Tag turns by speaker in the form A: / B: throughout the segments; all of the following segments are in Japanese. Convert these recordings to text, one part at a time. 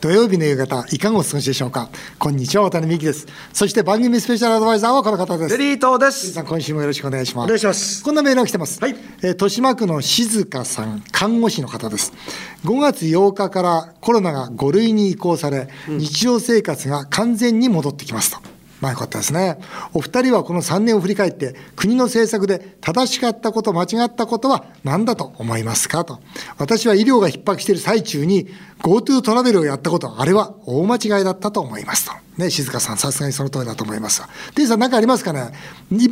A: 土曜日の夕方、いかがお過ごしでしょうか。こんにちは、渡辺美希です。そして番組スペシャルアドバイザーはこの方です。
B: デリートです。
A: さん、今週もよろしくお願いします。
B: お願いします。
A: こんなメールが来てます。はい。えー、豊島区の静香さん、看護師の方です。5月8日からコロナが5類に移行され、うん、日常生活が完全に戻ってきますと。まあよかったですね。お二人はこの3年を振り返って、国の政策で正しかったこと、間違ったことは何だと思いますかと。私は医療が逼迫している最中に GoTo トラベルをやったこと、あれは大間違いだったと思いますと。ね、静香さん、さすがにその通りだと思います。デイさん、何かありますかね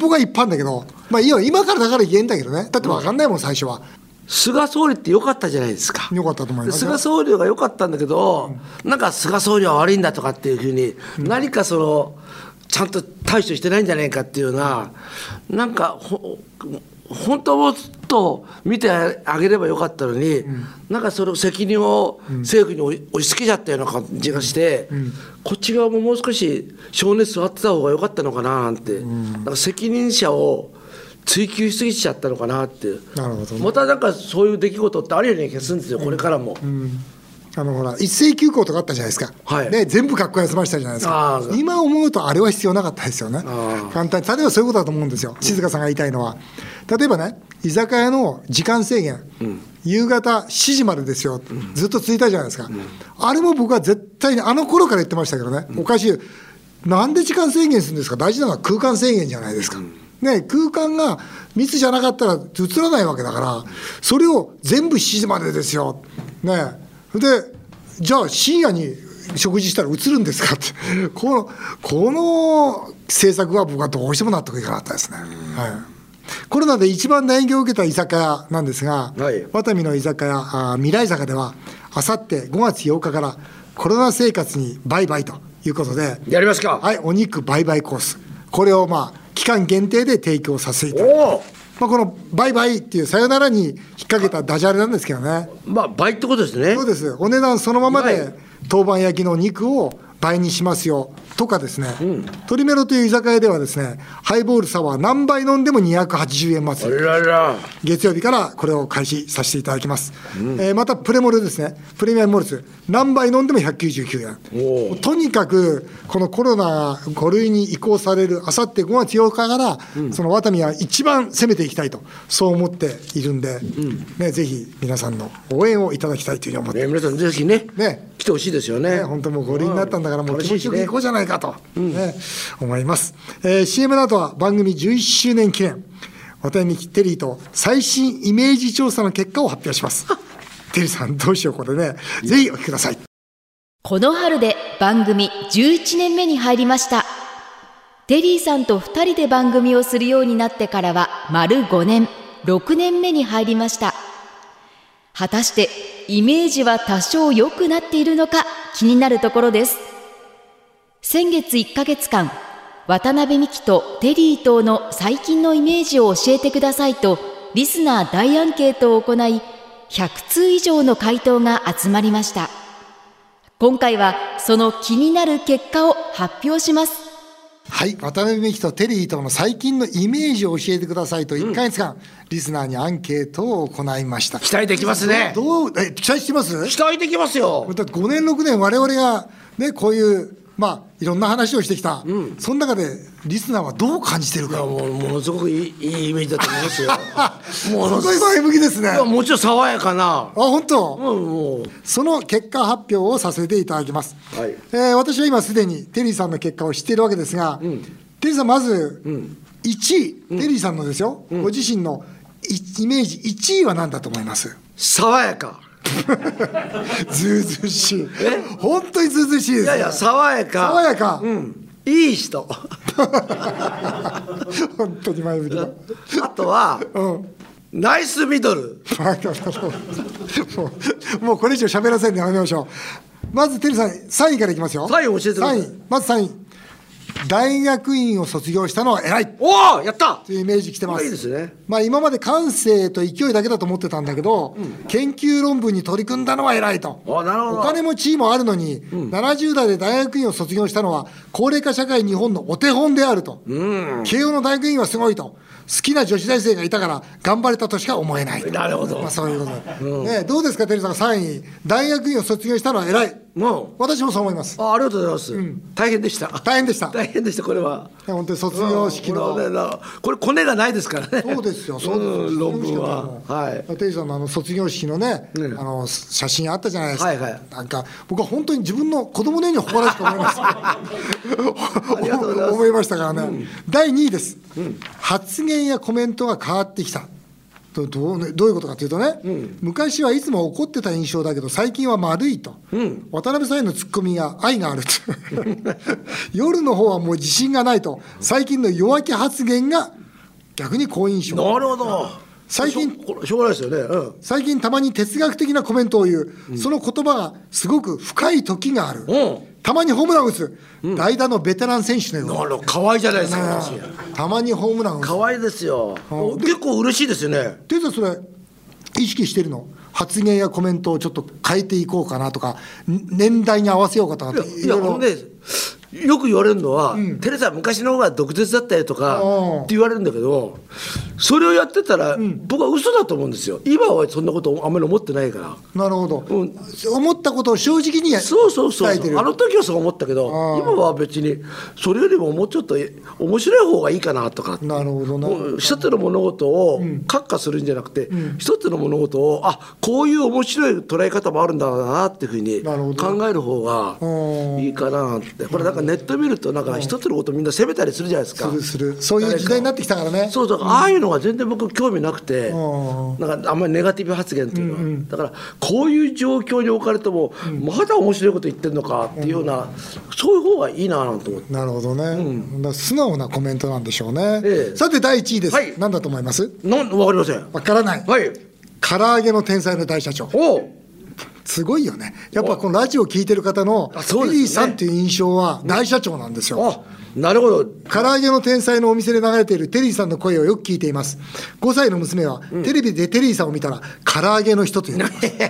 A: 僕は一般だけど、まあいいよ、今からだから言えんだけどね。だって分かんないもん、最初は。
B: 菅総理って良かったじゃないですか。
A: 良かったと思います。
B: 菅総理が良かったんだけど、うん、なんか菅総理は悪いんだとかっていうふうに、うん、何かその、ちゃんと対処してないんじゃないかっていうようななんか本当もっと見てあげればよかったのに、うん、なんかその責任を政府に押し付けちゃったような感じがして、うんうん、こっち側ももう少し情熱座ってた方が良かったのかななんて、なんか責任者を追求しすぎちゃったのかなって
A: なるほど、ね、
B: またなんかそういう出来事ってあるような気がするんですよ、これからも。
A: あのほら一斉休校とかあったじゃないですか、
B: はい、
A: ね、全部学校休ましたじゃないですか 今思うとあれは必要なかったですよね簡単に例えばそういうことだと思うんですよ静香さんが言いたいのは例えばね居酒屋の時間制限、うん、夕方7時までですよ、うん、ずっと続いたじゃないですか、うん、あれも僕は絶対にあの頃から言ってましたけどね、おかしいなんで時間制限するんですか大事なのは空間制限じゃないですか、ね、空間が密じゃなかったら映らないわけだからそれを全部7時までですよ、ね、でじゃあ深夜に食事したら映るんですかって このこの政策は僕はどうしても納得いかなかったですね。はいコロナで一番大影響を受けた居酒屋なんですが、はい、ワタミの居酒屋あ未来坂ではあさって5月8日からコロナ生活にバイバイということで
B: やりますか
A: はいお肉バイバイコースこれをまあ期間限定で提供させていただきますまあ、この「バイバイ」っていうさよならに引っ掛けたダジャレなんですけどね
B: まあ倍ってことですね
A: そうですお値段そのままで当番焼きの肉を倍にしますよとかですね、うん、トリメロという居酒屋ではですねハイボールサワー何杯飲んでも280円祭り月曜日からこれを開始させていただきます、うん、えー、またプレモルですねプレミアムモルツ何杯飲んでも199円とにかくこのコロナが5類に移行されるあさって5月8日から、うん、そのワタミは一番攻めていきたいとそう思っているんで、うん、ね、ぜひ皆さんの応援をいただきたいというふうに思って、ね、
B: 皆さんぜひね
A: ね
B: 来てほしいですよね、ね、
A: 本当もう五輪になったんだからもう気持ちよく行こうじゃないかと、うん、ね思います、えー、CM の後は番組11周年記念渡辺美樹テリーと最新イメージ調査の結果を発表します テリーさんどうしようこれねぜひお聞きください
C: この春で番組11年目に入りましたテリーさんと2人で番組をするようになってからは丸5年6年目に入りました果たしてイメージは多少良くなっているのか気になるところです先月1ヶ月間渡辺美樹とテリー等の最近のイメージを教えてくださいとリスナー大アンケートを行い100通以上の回答が集まりました今回はその気になる結果を発表します
A: はい、渡辺美樹とテリーとの最近のイメージを教えてくださいと1か月間、うん、リスナーにアンケートを行いました
B: 期待できますね
A: どうえ期待してます
B: 期待できますよ
A: だって5年6年我々がねこういうまあいろんな話をしてきた、うん、その中でリスナーはどう感じてるか
B: ものすごくいいいいイメージだと思いますよ
A: も のすごい前向きですね
B: もちろん爽やかなあ
A: 本当、
B: うん、もう
A: その結果発表をさせていただきます、はい、えー、私は今すでにテリーさんの結果を知っているわけですが、うん、テリーさんまず1位、うん、テリーさんのですよ、ご自身のイメージ1位は何だと思います
B: 爽やか
A: ずうずしい本当にずうずしいです、ね、い
B: やいや爽やか
A: 爽やか、
B: うん、いい人
A: 本当に前向きだ
B: あとは、うん、ナイスミドル
A: もうも うこれ以上喋らせんでやめましょうまずてるさん3位からいきますよ
B: 3位教えてください
A: 3位まず3位大学院を卒業したのは偉い
B: おおやった
A: というイメージきてます
B: いいですね、
A: まあ、今まで感性と勢いだけだと思ってたんだけど、うん、研究論文に取り組んだのは偉いと
B: おなるほど
A: お金も地位もあるのに、うん、70代で大学院を卒業したのは高齢化社会日本のお手本であると、
B: うん、
A: 慶応の大学院はすごいと好きな女子大生がいたから頑張れたとしか思えない
B: なるほど、
A: まあ、そういうこと、うん、ね、どうですかテリーさん3位大学院を卒業したのは偉い
B: も
A: 私もそう思います
B: うあありがとうございます、大変でした
A: 大変でした
B: 大変でしたこれは
A: 本当に卒業式の
B: これだこれコネがないですからね
A: そうですよ、そうです
B: ん
A: よ
B: 論文は はい
A: テリーさんのあの卒業式のね、
B: うん
A: あの写真あったじゃないですか、
B: はいはい
A: なんか僕は本当に自分の子供のように誇らしく思いました
B: りがとうございます
A: 思いましたからね、第2位です、発言やコメントが変わってきたどどうねどういうことかというとね、昔はいつも怒ってた印象だけど最近は丸いと、渡辺さんへのツッコミが愛があると 夜の方はもう自信がないと最近の弱気発言が逆に好印象
B: なるほど
A: 最近
B: しょこれしょうがないですよねうん
A: 最近たまに哲学的なコメントを言う、その言葉がすごく深い時がある、
B: うん
A: たまにホームランを打つ、代打のベテラン選手のような、
B: なるほど可愛いじゃないですか私
A: たまにホームランを打つ
B: 可愛いですよお結構嬉しいですよね
A: ていうとそれ意識してるの発言やコメントをちょっと変えていこうかなとかん年代に合わせようかとかって
B: いやこれねよく言われるのは、テレサ昔の方が毒舌だったよとか
A: うん
B: って言われるんだけどそれをやってたら、僕は嘘だと思うんですよ今はそんなことあんまり思ってないから
A: なるほど、
B: ん
A: 思ったことを正直にや
B: そうそうそう
A: 伝えてる
B: あの時はそう思ったけど
A: あー
B: 今は別にそれよりももうちょっと面白い方がいいかなとか
A: なるほどな、
B: うん一つの物事を閣下するんじゃなくて、一つの物事をあこういう面白い捉え方もあるんだなっていうふうに
A: なるほど
B: 考える方が
A: うん
B: いいかなってこれなんかネット見るとなんか一つのことみんな責めたりするじゃないですか。
A: するするそういう時代になってきたからね
B: そうだからああいうのが全然僕興味なくて
A: う
B: なんかあんまりネガティブ発言っていうのは、だからこういう状況に置かれても、まだ面白いこと言ってんのかっていうような、そういう方がいいななんて思って
A: なるほどね、だから素直なコメントなんでしょうね、
B: ええ
A: さて第1位です、
B: はい
A: 何だと思います
B: なんわかりません
A: わからない、
B: はい
A: 唐揚げの天才の大社長
B: おう
A: すごいよねやっぱこのラジオを聞いてる方の
B: あ
A: テ
B: そうですね
A: リーさんっていう印象は大社長なんですよ、
B: あなるほど
A: 唐揚げの天才のお店で流れているテリーさんの声をよく聞いています5歳の娘は、テレビでテリーさんを見たら唐揚げの人という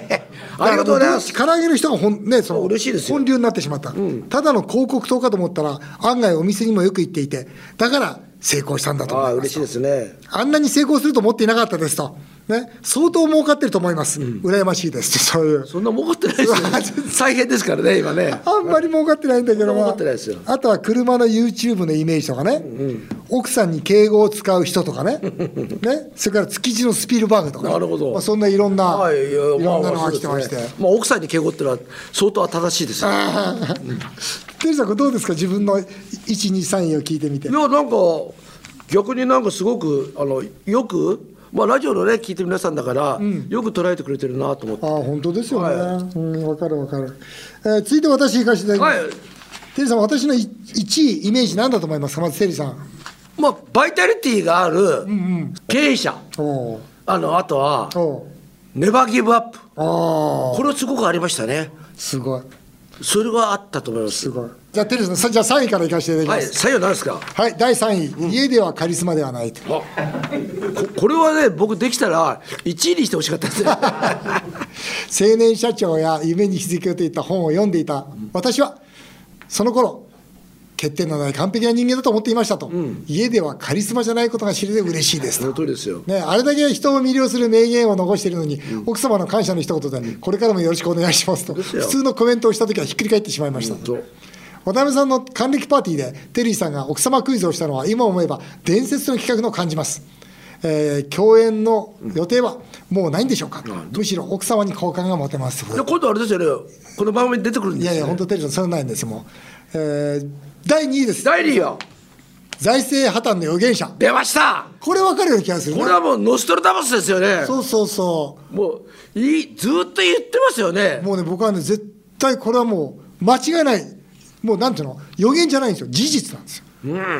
B: ありがとうございます
A: だからもう唐揚げの人が本,、ね、その
B: 嬉しいですよ
A: 本流になってしまった、ただの広告塔かと思ったら案外お店にもよく行っていてだから成功したんだと
B: あ
A: 思
B: あ
A: います
B: 嬉しいですね
A: あんなに成功すると思っていなかったですと、ね、相当儲かってると思います、羨ましいですとそういう
B: そんな儲かってないですよ再編ですからね今ね
A: あんまり儲かってないんだけど
B: そんな儲
A: も
B: かってないですよ
A: あとは車の YouTube のイメージとかね、奥さんに敬語を使う人と かねねそれから築地のスピルバーグとか、
B: なるほど
A: まあ、そんないろんな、
B: はい
A: い
B: や
A: ろん
B: まあ
A: なの
B: まあ
A: が来てまして、
B: そうですねまあ奥さんに敬語ってのは相当正しいですよ
A: テリーさんこれどうですか自分の123位を聞いてみて
B: いやなんか逆になんかすごくあのよく、まあ、ラジオのね聞いてる皆さんだから、よく捉えてくれてるなと思って
A: ああ本当ですよね、
B: は
A: うんわかるわかる、えー続いて私行かせていただきます、
B: はい
A: テリーさん私の1位イメージ何だと思いますかまずテリーさん
B: まあバイタリティがある経営者、
A: おう
B: あのあとは
A: おう
B: ネバーギブアップ
A: ああ
B: これはすごくありましたね
A: すごい
B: それはあったと思います
A: すごいじゃあテリーさんさじゃあ3位からいかせていただ
B: は
A: き
B: い
A: ます
B: 採用なんですか
A: はい、第3位、家ではカリスマではないと
B: あここれはね僕できたら1位にしてほしかったですね
A: 青年社長や夢に気づけといった本を読んでいた私はその頃欠点のない完璧な人間だと思っていましたと、家ではカリスマじゃないことが知れて嬉しいです
B: その
A: と
B: 通りですよ
A: ね、あれだけ人を魅了する名言を残しているのに、奥様の感謝の一言で、これからもよろしくお願いしますと、
B: ですよ
A: 普通のコメントをしたときはひっくり返ってしまいました、
B: そう
A: 渡辺さんの還暦パーティーでテリーさんが奥様クイズをしたのは今思えば伝説の企画の感じます、えー共演の予定はもうないんでしょうか、むしろ奥様に好感が持てます
B: で今度あれですよねこの番組に出てくるん
A: い
B: です
A: や
B: よ、ね、
A: いや本当テリーさんそれないんですよもう、えー第2位です
B: ダイリーよ
A: 財政破綻の予言者
B: 出ました
A: これ分かるような気がするね
B: これはもうノストラダムスですよね
A: そうそうそ
B: もういいずーっと言ってますよね
A: うもうね僕はね絶対これはもう間違いないもうなんていうの予言じゃないんですよ事実なんです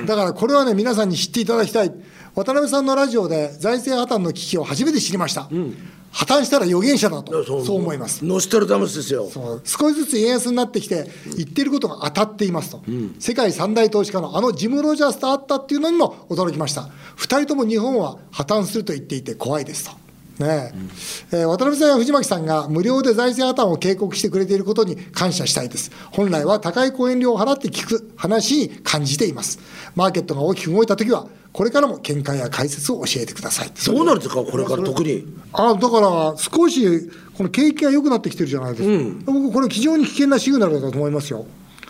A: よだからこれはね皆さんに知っていただきたい渡辺さんのラジオで財政破綻の危機を初めて知りました、破綻したら預言者だとそう思います
B: ノストラダムスですよ
A: そう少しずつ円安になってきて言ってることが当たっていますと、世界三大投資家のあのジム・ロジャースと会ったっていうのにも驚きました2人とも日本は破綻すると言っていて怖いですとねええー渡辺さんや藤巻さんが無料で財政破綻を警告してくれていることに感謝したいです本来は高い講演料を払って聞く話に感じていますマーケットが大きく動いた時はこれからも見解や解説を教えてください
B: どうなるんですかこれから特に
A: あだから少しこの景気が良くなってきてるじゃないですか、僕これ非常に危険なシグナルだと思いますよ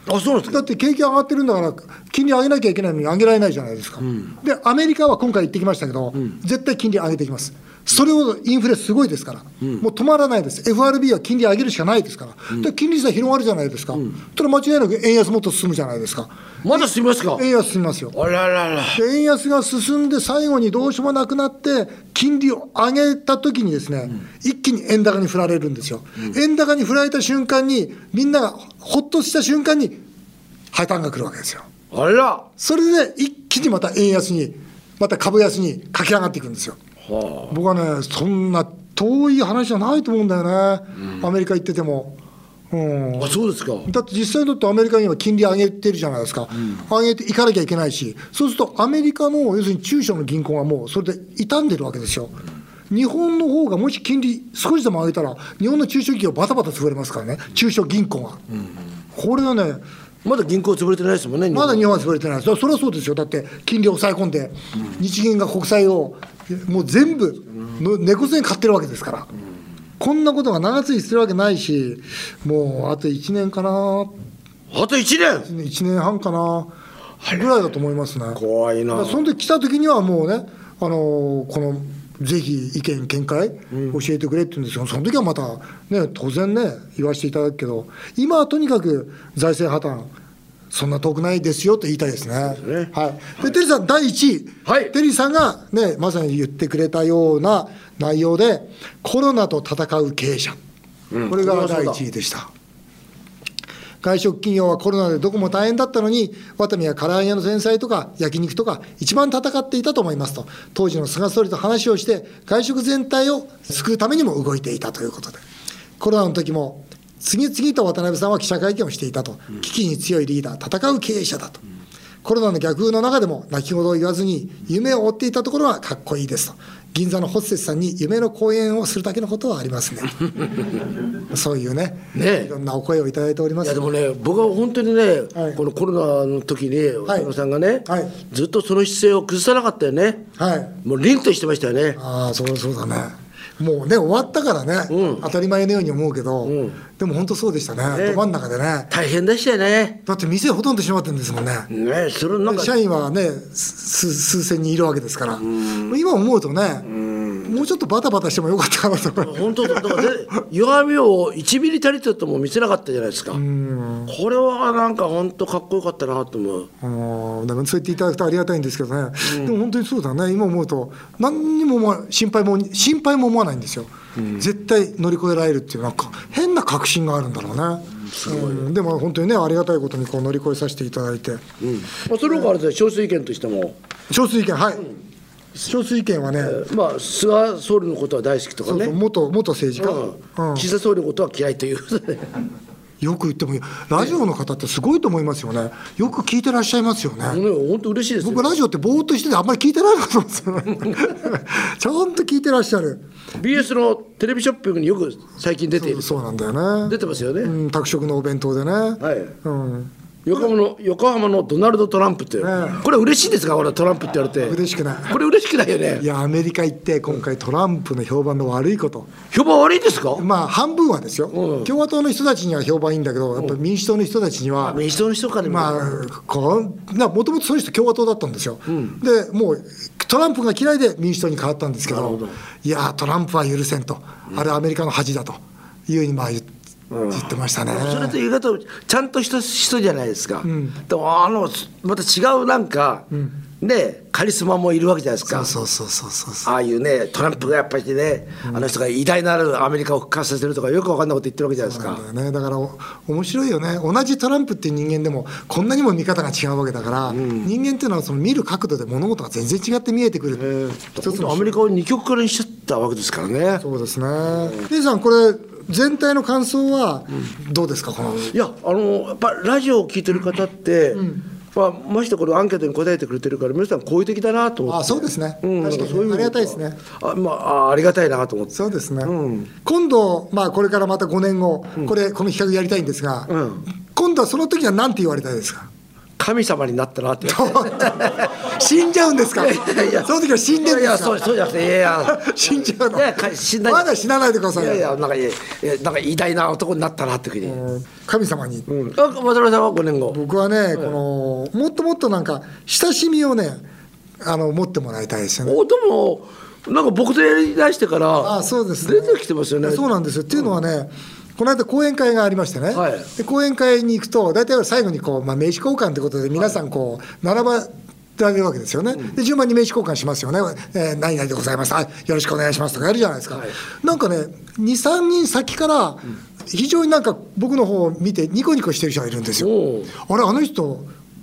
B: あそうなんです
A: だっ
B: か
A: て景気上がってるんだから金利上げなきゃいけないのに上げられないじゃないですか、でアメリカは今回言ってきましたけど、絶対金利上げてきますそれをインフレすごいですから、もう止まらないです FRB は金利上げるしかないですから、で金利差広がるじゃないですか、それ間違いなく円安もっと進むじゃないですか
B: まだ進みますか
A: 円安進みますよ
B: あららら
A: で円安が進んで最後にどうしようもなくなって金利を上げた時にですね、一気に円高に振られるんですよ、円高に振られた瞬間にみんながほっとした瞬間に破綻が来るわけですよ
B: あら
A: それで一気にまた円安にまた株安に駆け上がっていくんですよ
B: は
A: 僕はねそんな遠い話じゃないと思うんだよね、アメリカ行っててもうん
B: ああそうですか
A: だって実際だってアメリカには金利上げてるじゃないですか、上げていかなきゃいけないし、そうするとアメリカの要するに中小の銀行がもうそれで傷んでるわけですよ。日本の方がもし金利少しでも上げたら、日本の中小企業バタバタ潰れますからね、中小銀行が。これはね、
B: まだ銀行潰れてないですもんね
A: まだ
B: 日
A: 日本は潰れてないです、だからそれはそうですよ、だって金利を抑え込んで、日銀が国債をもう全部、の猫背に買ってるわけですから、こんなことが長続きするわけないし、もうあと1年かな
B: 本あと1年
A: 1年半かなぐらいだと思いますね。
B: 怖
A: だ
B: いな
A: からその時来た時にはもうね、あのーこのぜひ意見、見解、教えてくれって言うんですけど、その時はまた、ね、当然ね、言わせていただくけど、今はとにかく財政破綻、そんな遠くないですよと言いたいですね。
B: ですね
A: はい、で、テリーさん、第1位、
B: はい
A: テリーさんが、ね、まさに言ってくれたような内容で、コロナと戦う経営者、
B: ん
A: これ
B: これ
A: が
B: はそう
A: 第
B: だ
A: 1位でした。外食企業はコロナでどこも大変だったのに、ワタミや唐揚げの前菜とか焼肉とか、一番戦っていたと思いますと、当時の菅総理と話をして、外食全体を救うためにも動いていたということで、コロナの時も、次々と渡辺さんは記者会見をしていたと、危機に強いリーダー、戦う経営者だと。コロナの逆風の中でも泣き言を言わずに夢を追っていたところはかっこいいですと銀座のホステスさんに夢の講演をするだけのことはあり ますねそういうね
B: ねえ
A: いろんなお声をいただいておりま
B: い
A: す
B: やでもね僕は本当にね、
A: はい
B: このコロナの時に渡辺さんがね、
A: はい
B: ずっとその姿勢を崩さなかったよね
A: はい
B: もう凛としてましたよね
A: ああそうそうだねもうね終わったからね、当たり前のように思うけど、でも本当そうでしたね
B: ね
A: ど真ん中でね
B: 大変でしたよね
A: だって店ほとんど閉まってるんですもんね
B: ねそれなんか
A: 社員はね数数千人いるわけですから今思うとねもうちょっとバタバタしてもよかったかなと思う
B: 本当だだか らで弱みを1ミリたりとも見せなかったじゃないですかこれはなんか本当かっこよかったなと思う
A: あのでもそう言っていただくとありがたいんですけどね、でも本当にそうだね、今思うと、何にも思わ心配も心配も思わないんですよ、絶対乗り越えられるっていう、なんか変な確信があるんだろうね、うんでも本当にね、ありがたいことにこう乗り越えさせていただいて、
B: まあ、その他あれですね少数意見としても、
A: 少数意見、はい、少数意見はね、
B: まあ、菅総理のことは大好きとか
A: そう
B: ね
A: そう元元政治家、
B: う
A: うんん
B: 岸田総理のことは嫌いということで
A: よく言ってもいい、ラジオの方ってすごいと思いますよね、よく聞いてらっしゃいますよね。
B: あの本当嬉しいですよ
A: 僕ラジオってぼーっとしててあんまり聞いてないのかと思ってた ちゃんと聞いてらっしゃる
B: BS のテレビショッピングによく最近出ている
A: そうなんだよね
B: 出てますよね、
A: うん、宅食のお弁当でね、
B: はい
A: うん、
B: 横浜の横浜のドナルド・トランプって、
A: ん
B: これ嬉しいですか俺はトランプって言われて
A: 嬉しくない
B: これ嬉しくないよ
A: い
B: ね
A: やアメリカ行って今回トランプの評判の悪いこと
B: 評判悪いですか
A: まあ半分はですよ、
B: うん
A: 共和党の人たちには評判いいんだけどやっぱ民主党の人たちには、
B: 民主党の人から見ると
A: まあこんなもともとその人共和党だったんですよ、でもうトランプが嫌いで民主党に変わったんですけど
B: なるほど
A: いやートランプは許せんと、あれはアメリカの恥だというふうにまあ言,、言ってましたね
B: それと言い方をちゃんとした人じゃないですか、でもあのまた違うなんか、ねカリスマもいるわけじゃないですか
A: そうそうそうそうそう
B: ああいうねトランプがやっぱりね、あの人が偉大なるアメリカを復活させるとかよくわかんないこと言ってるわけじゃないです
A: なん
B: か
A: だよね、だからお面白いよね同じトランプっていう人間でもこんなにも見方が違うわけだから、人間っていうのはその見る角度で物事が全然違って見えてくる一つ
B: 本当
A: の
B: アメリカを二極化にしちゃったわけですからね
A: そうですねリーさんこれ全体の感想はどうですかこの、
B: いやあのやっぱラジオを聞いてる方って、まあ、ましてこれアンケートに答えてくれてるから皆さん好意的だなと思って
A: あそうですね
B: ん
A: 確かに
B: なんそういうの
A: ありがたいですね
B: あ,、まあ、ありがたいなと思って
A: そうですね、
B: うん
A: 今度、まあ、これからまた5年後、これ、この企画やりたいんですが、
B: うん
A: 今度はその時は何て言われたいですか、
B: 神様になったなって
A: 死んじゃうんですか、
B: い やいや
A: その時は死んでるん
B: い
A: で
B: や
A: す
B: そう
A: か、
B: そうじゃなくていやいや
A: 死んじゃうの、
B: いやか死んだり
A: まだ死なないでください
B: い
A: よ
B: やいやなんかいやいやなんか偉大な男になったなってふうに、うん
A: 神様に、
B: あ渡辺さんは5年後
A: 僕はね、このもっともっとなんか、親しみをね、あの持ってもらいたいですよね。
B: おでもなんか僕とやりだしてから
A: あそうです
B: 出てきてますよね
A: そうなんですよ。っていうのはね、この間講演会がありましてね、
B: はい
A: で講演会に行くと大体は最後にこう、まあ、名刺交換ということで皆さんこう並ばられるわけですよね、で順番に名刺交換しますよね「えー何々でございますあよろしくお願いします」とかやるじゃないですか、
B: はい
A: なんかね23人先から非常になんか僕の方を見てニコニコしてる人がいるんですよ
B: おう
A: あれあの人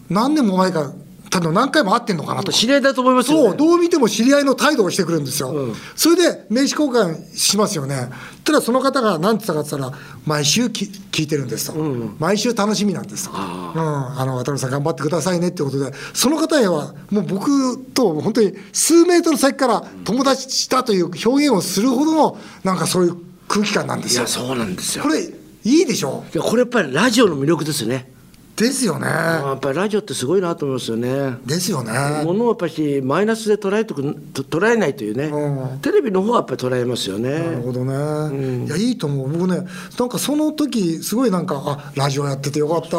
A: 何年も前から多分何回も会ってんのかなと
B: 知り合いだと思いますよ、ね、
A: そう、どう見ても知り合いの態度をしてくるんですよ。
B: うん
A: それで名刺交換しますよね。ただその方が何て言ったかって言ったら、毎週き聞いてるんですと、毎週楽しみなんですと。うん、あの、渡辺さん頑張ってくださいねってことで、その方へは、もう僕と本当に数メートル先から友達だという表現をするほどの、なんかそういう空気感なんで
B: い
A: すよ
B: や。そうなんですよ
A: これ、いいでしょ
B: いやこれやっぱりラジオの魅力ですね
A: ですよね。
B: あやっぱりラジオってすごいなと思いますよね
A: ですよね。
B: ものをやっぱりマイナスで捉えとくと捉えないというね、
A: う
B: テレビの方はやっぱり捉えますよ
A: なる
B: ね
A: ほどね、いやいいと思う僕ねなんかその時すごいなんかあラジオやっててよかった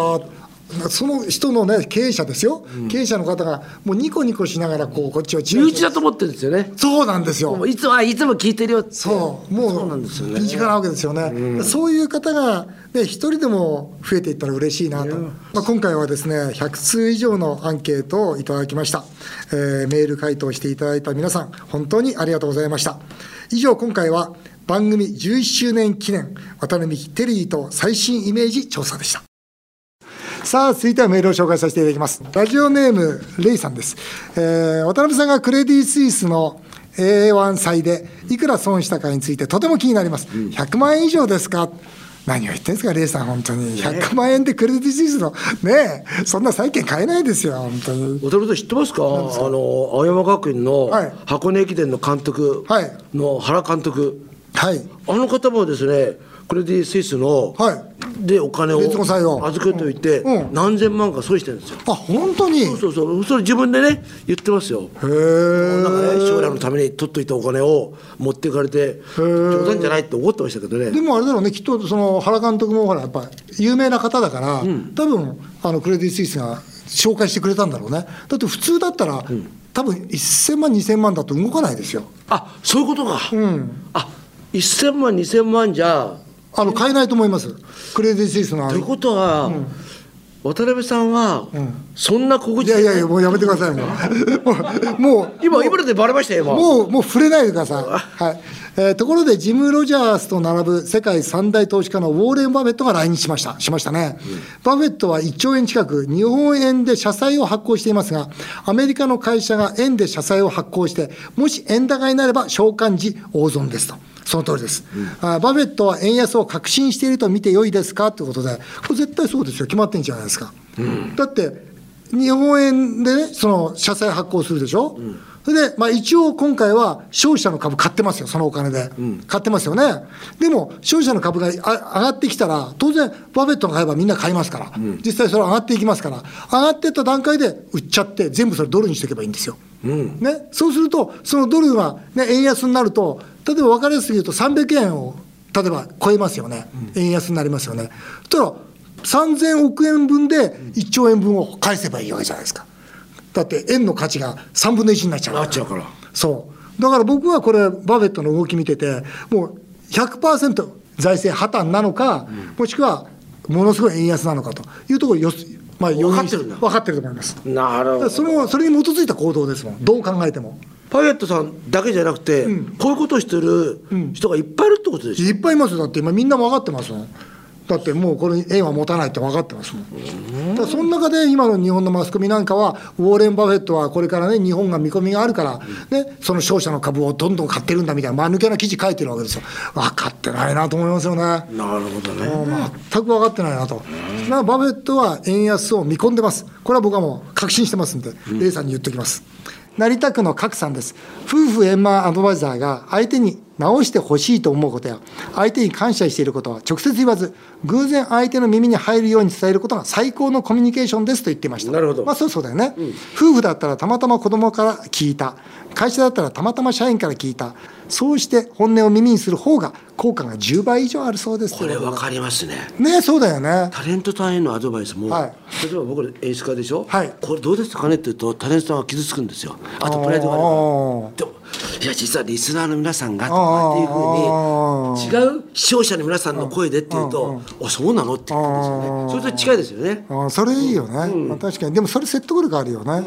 A: なんかその人のね経営者ですよ、経営者の方がもうニコニコしながらこうこっちをチ
B: 身内だと思ってるんですよね
A: そうなんですよ
B: もういつもはいつも聞いてるよって
A: そうもう
B: そうなんですよね
A: 身近なわけですよね、そういう方が、ね、一人でも増えていったら嬉しいなと、まあ、今回はですね100通以上のアンケートをいただきました、えーメール回答していただいた皆さん本当にありがとうございました以上今回は番組11周年記念渡辺美希テリーと最新イメージ調査でしたさあ、続いてはメールを紹介させていただきます。ラジオネーム、レイさんです。えー渡辺さんがクレディ・スイスの A1 祭で、いくら損したかについてとても気になります。100万円以上ですか何を言ってんですか、レイさん、本当に。100万円でクレディ・スイスの、ねえ、そんな債券買えないですよ、本当に。
B: 渡辺さん知ってますかあの青山学院の
A: はい
B: 箱根駅伝の監督
A: はい
B: の原監督、
A: はい。
B: あの方もですねクレディ・スイスの、
A: はい
B: でお金を
A: 別の債を
B: 預けといて、
A: うんうん
B: 何千万か損してるんですよ
A: あ、本当にへ
B: そうそうそれ自分でね言ってますよ
A: え。
B: なんかね将来のために取っといたお金を持っていかれて冗談じゃないって怒ってましたけど
A: で
B: ね
A: もあれだろうね、きっとその原監督もほら、やっぱ有名な方だから、多分あのクレディ・スイスが紹介してくれたんだろうね、だって普通だったら、多分1000万、2000万だと動かないですよ、
B: あそういうことか、
A: ん
B: あ1000万2000万じゃ
A: あの買えないと思います、クレディ・スイスのあ
B: という
A: の、
B: ことは、渡辺さんは、そんな心
A: い
B: 地
A: やいやいや、もうやめてください、も う、もう、
B: 今今のでバレましたよ今
A: もうもう触れないでください、はいえーところでジム・ロジャースと並ぶ世界三大投資家のウォーレン・バフェットが来日しましたしましたね、バフェットは1兆円近く日本円で社債を発行していますがアメリカの会社が円で社債を発行してもし円高になれば償還時大損ですと。その通りです、あバフェットは円安を確信していると見てよいですかということで、これ絶対そうですよ、決まってんじゃないですか。だって、日本円でね、その社債発行するでしょ、それで、まあ、一応今回は消費者の株買ってますよ、そのお金で、買ってますよね、でも消費者の株があ上がってきたら、当然、バフェットが買えばみんな買いますから、実際それ上がっていきますから、上がってった段階で売っちゃって、全部それドルにしておけばいいんですよ。ね、そうすると、そのドルが、ね、円安になると、例えば分かりやすく言うと、300円を例えば超えますよね、円安になりますよね。そしたら3000億円分で1兆円分を返せばいいわけじゃないですか。だって円の価値が3分の1になっちゃう
B: なっちゃうから
A: そうだから僕はこれバフェットの動き見ててもう100%財政破綻なのか、もしくはものすごい円安なのかというところをよす、まあ、
B: 分かってるんだ
A: 分かってると思いますだ
B: なる
A: からそのそれに基づいた行動ですもんどう考えても
B: パイエットさんだけじゃなくて、こういうことをしてる人がいっぱいいるってことでしょ、
A: いっぱいいますよだって今みんなも分かってますもんだってもうこれ縁は持たないって分かってますもん、ただその中で今の日本のマスコミなんかはウォーレン・バフェットはこれからね日本が見込みがあるから、ね、その商社の株をどんどん買ってるんだみたいな間抜けな記事書いてるわけですよ分かってないなと思いますよね
B: なるほどね。
A: もう全く分かってないなと、だからバフェットは円安を見込んでます、これは僕はもう確信してますんで、A さんに言っておきます。成田区の賀来さんです夫婦円満アドバイザーが相手に直してほしいと思うことや相手に感謝していることは直接言わず偶然相手の耳に入るように伝えることが最高のコミュニケーションですと言っていました
B: なるほど
A: まあそうそうだよね、夫婦だったらたまたま子供から聞いた会社だったらたまたま社員から聞いたそうして本音を耳にする方が効果が10倍以上あるそうです
B: これ分かりますね。
A: ねそうだよね
B: タレントさんへのアドバイスも、
A: はい
B: 例えば僕ら演出家でしょ、
A: はい
B: これどうですかねって言うとタレントさんは傷つくんですよあとプライドがある
A: あ
B: でもいや実はリスナーの皆さんがと
A: あ
B: か
A: ー
B: っていうふうに違う視聴者の皆さんの声でっていうと「おそうなの?」って言うんですよねそれと近いですよね
A: あーそれいいよね、まあ確かにでもそれ説得力あるよね、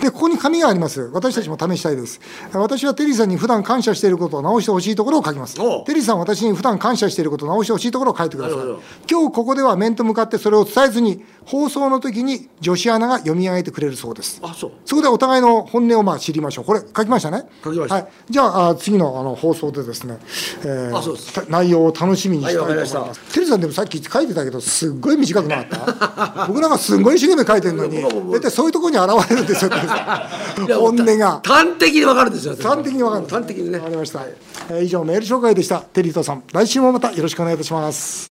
A: でここに紙があります私たちも試したいです私はテリーさんに普段感謝していることを直してほしいところを書きます
B: おう
A: テリーさんは私に普段感謝していることを直してほしいところを書いてください
B: なるほど
A: 今日ここでは面と向かってそれを伝えずに放送の時に女子アナが読み上げてくれるそうです
B: あそう
A: そこでお互いの本音をまあ知りましょうこれ書きましたね
B: 書きました
A: はい、じゃああ次のあの放送でですね、えー
B: あそうです
A: た内容を楽しみにしたいと思います、
B: はいわかりま
A: テリーさんでもさっき書いてたけどすっごい短くなかった僕なんかすんごい一生懸命書いてるのに
B: いや僕は僕は
A: 大体そういうところに現れるんですよテリー
B: いや
A: さん本音が
B: 端的に分かるんですよ
A: 端的に分かる
B: 端的にね
A: 分かりました、えー以上メール紹介でしたテリーとさん来週もまたよろしくお願いいたします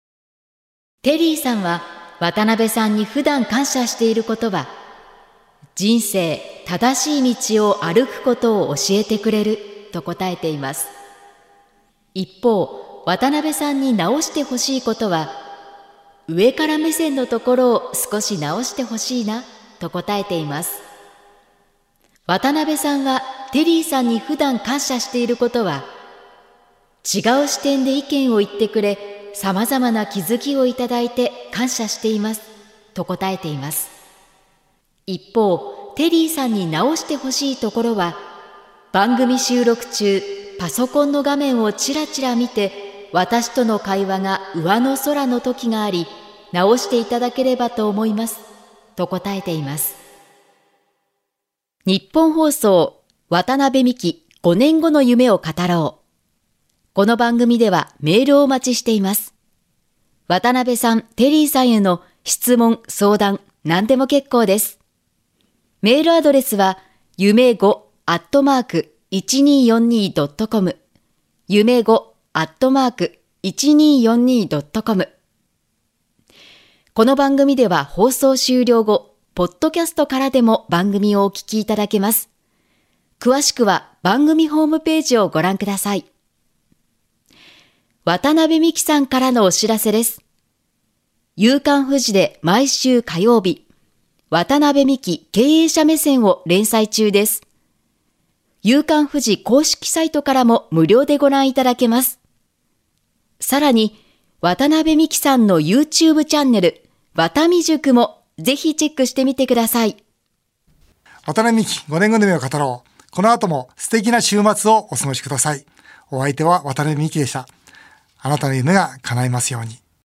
C: テリーさんは渡辺さんに普段感謝していることは人生正しい道を歩くことを教えてくれると答えています一方渡辺さんに直してほしいことは上から目線のところを少し直してほしいなと答えています渡辺さんはテリーさんに普段感謝していることは違う視点で意見を言ってくれ、様々な気づきをいただいて感謝しています、と答えています。一方、テリーさんに直してほしいところは、番組収録中、パソコンの画面をちらちら見て、私との会話が上の空の時があり、直していただければと思います、と答えています。日本放送、渡辺美希5年後の夢を語ろう。この番組ではメールをお待ちしています。渡辺さん、テリーさんへの質問、相談、何でも結構です。メールアドレスは、夢5アットマーク 1242.com 夢5アットマーク 1242.com この番組では放送終了後、ポッドキャストからでも番組をお聞きいただけます。詳しくは番組ホームページをご覧ください。渡辺美希さんからのお知らせです。夕刊富士で毎週火曜日、渡辺美希経営者目線を連載中です。夕刊富士公式サイトからも無料でご覧いただけます。さらに、渡辺美希さんの YouTube チャンネル、渡美塾もぜひチェックしてみてください。
A: 渡辺美希5年後の夢を語ろう。この後も素敵な週末をお過ごしください。お相手は渡辺美希でした。あなたの夢が叶いますように。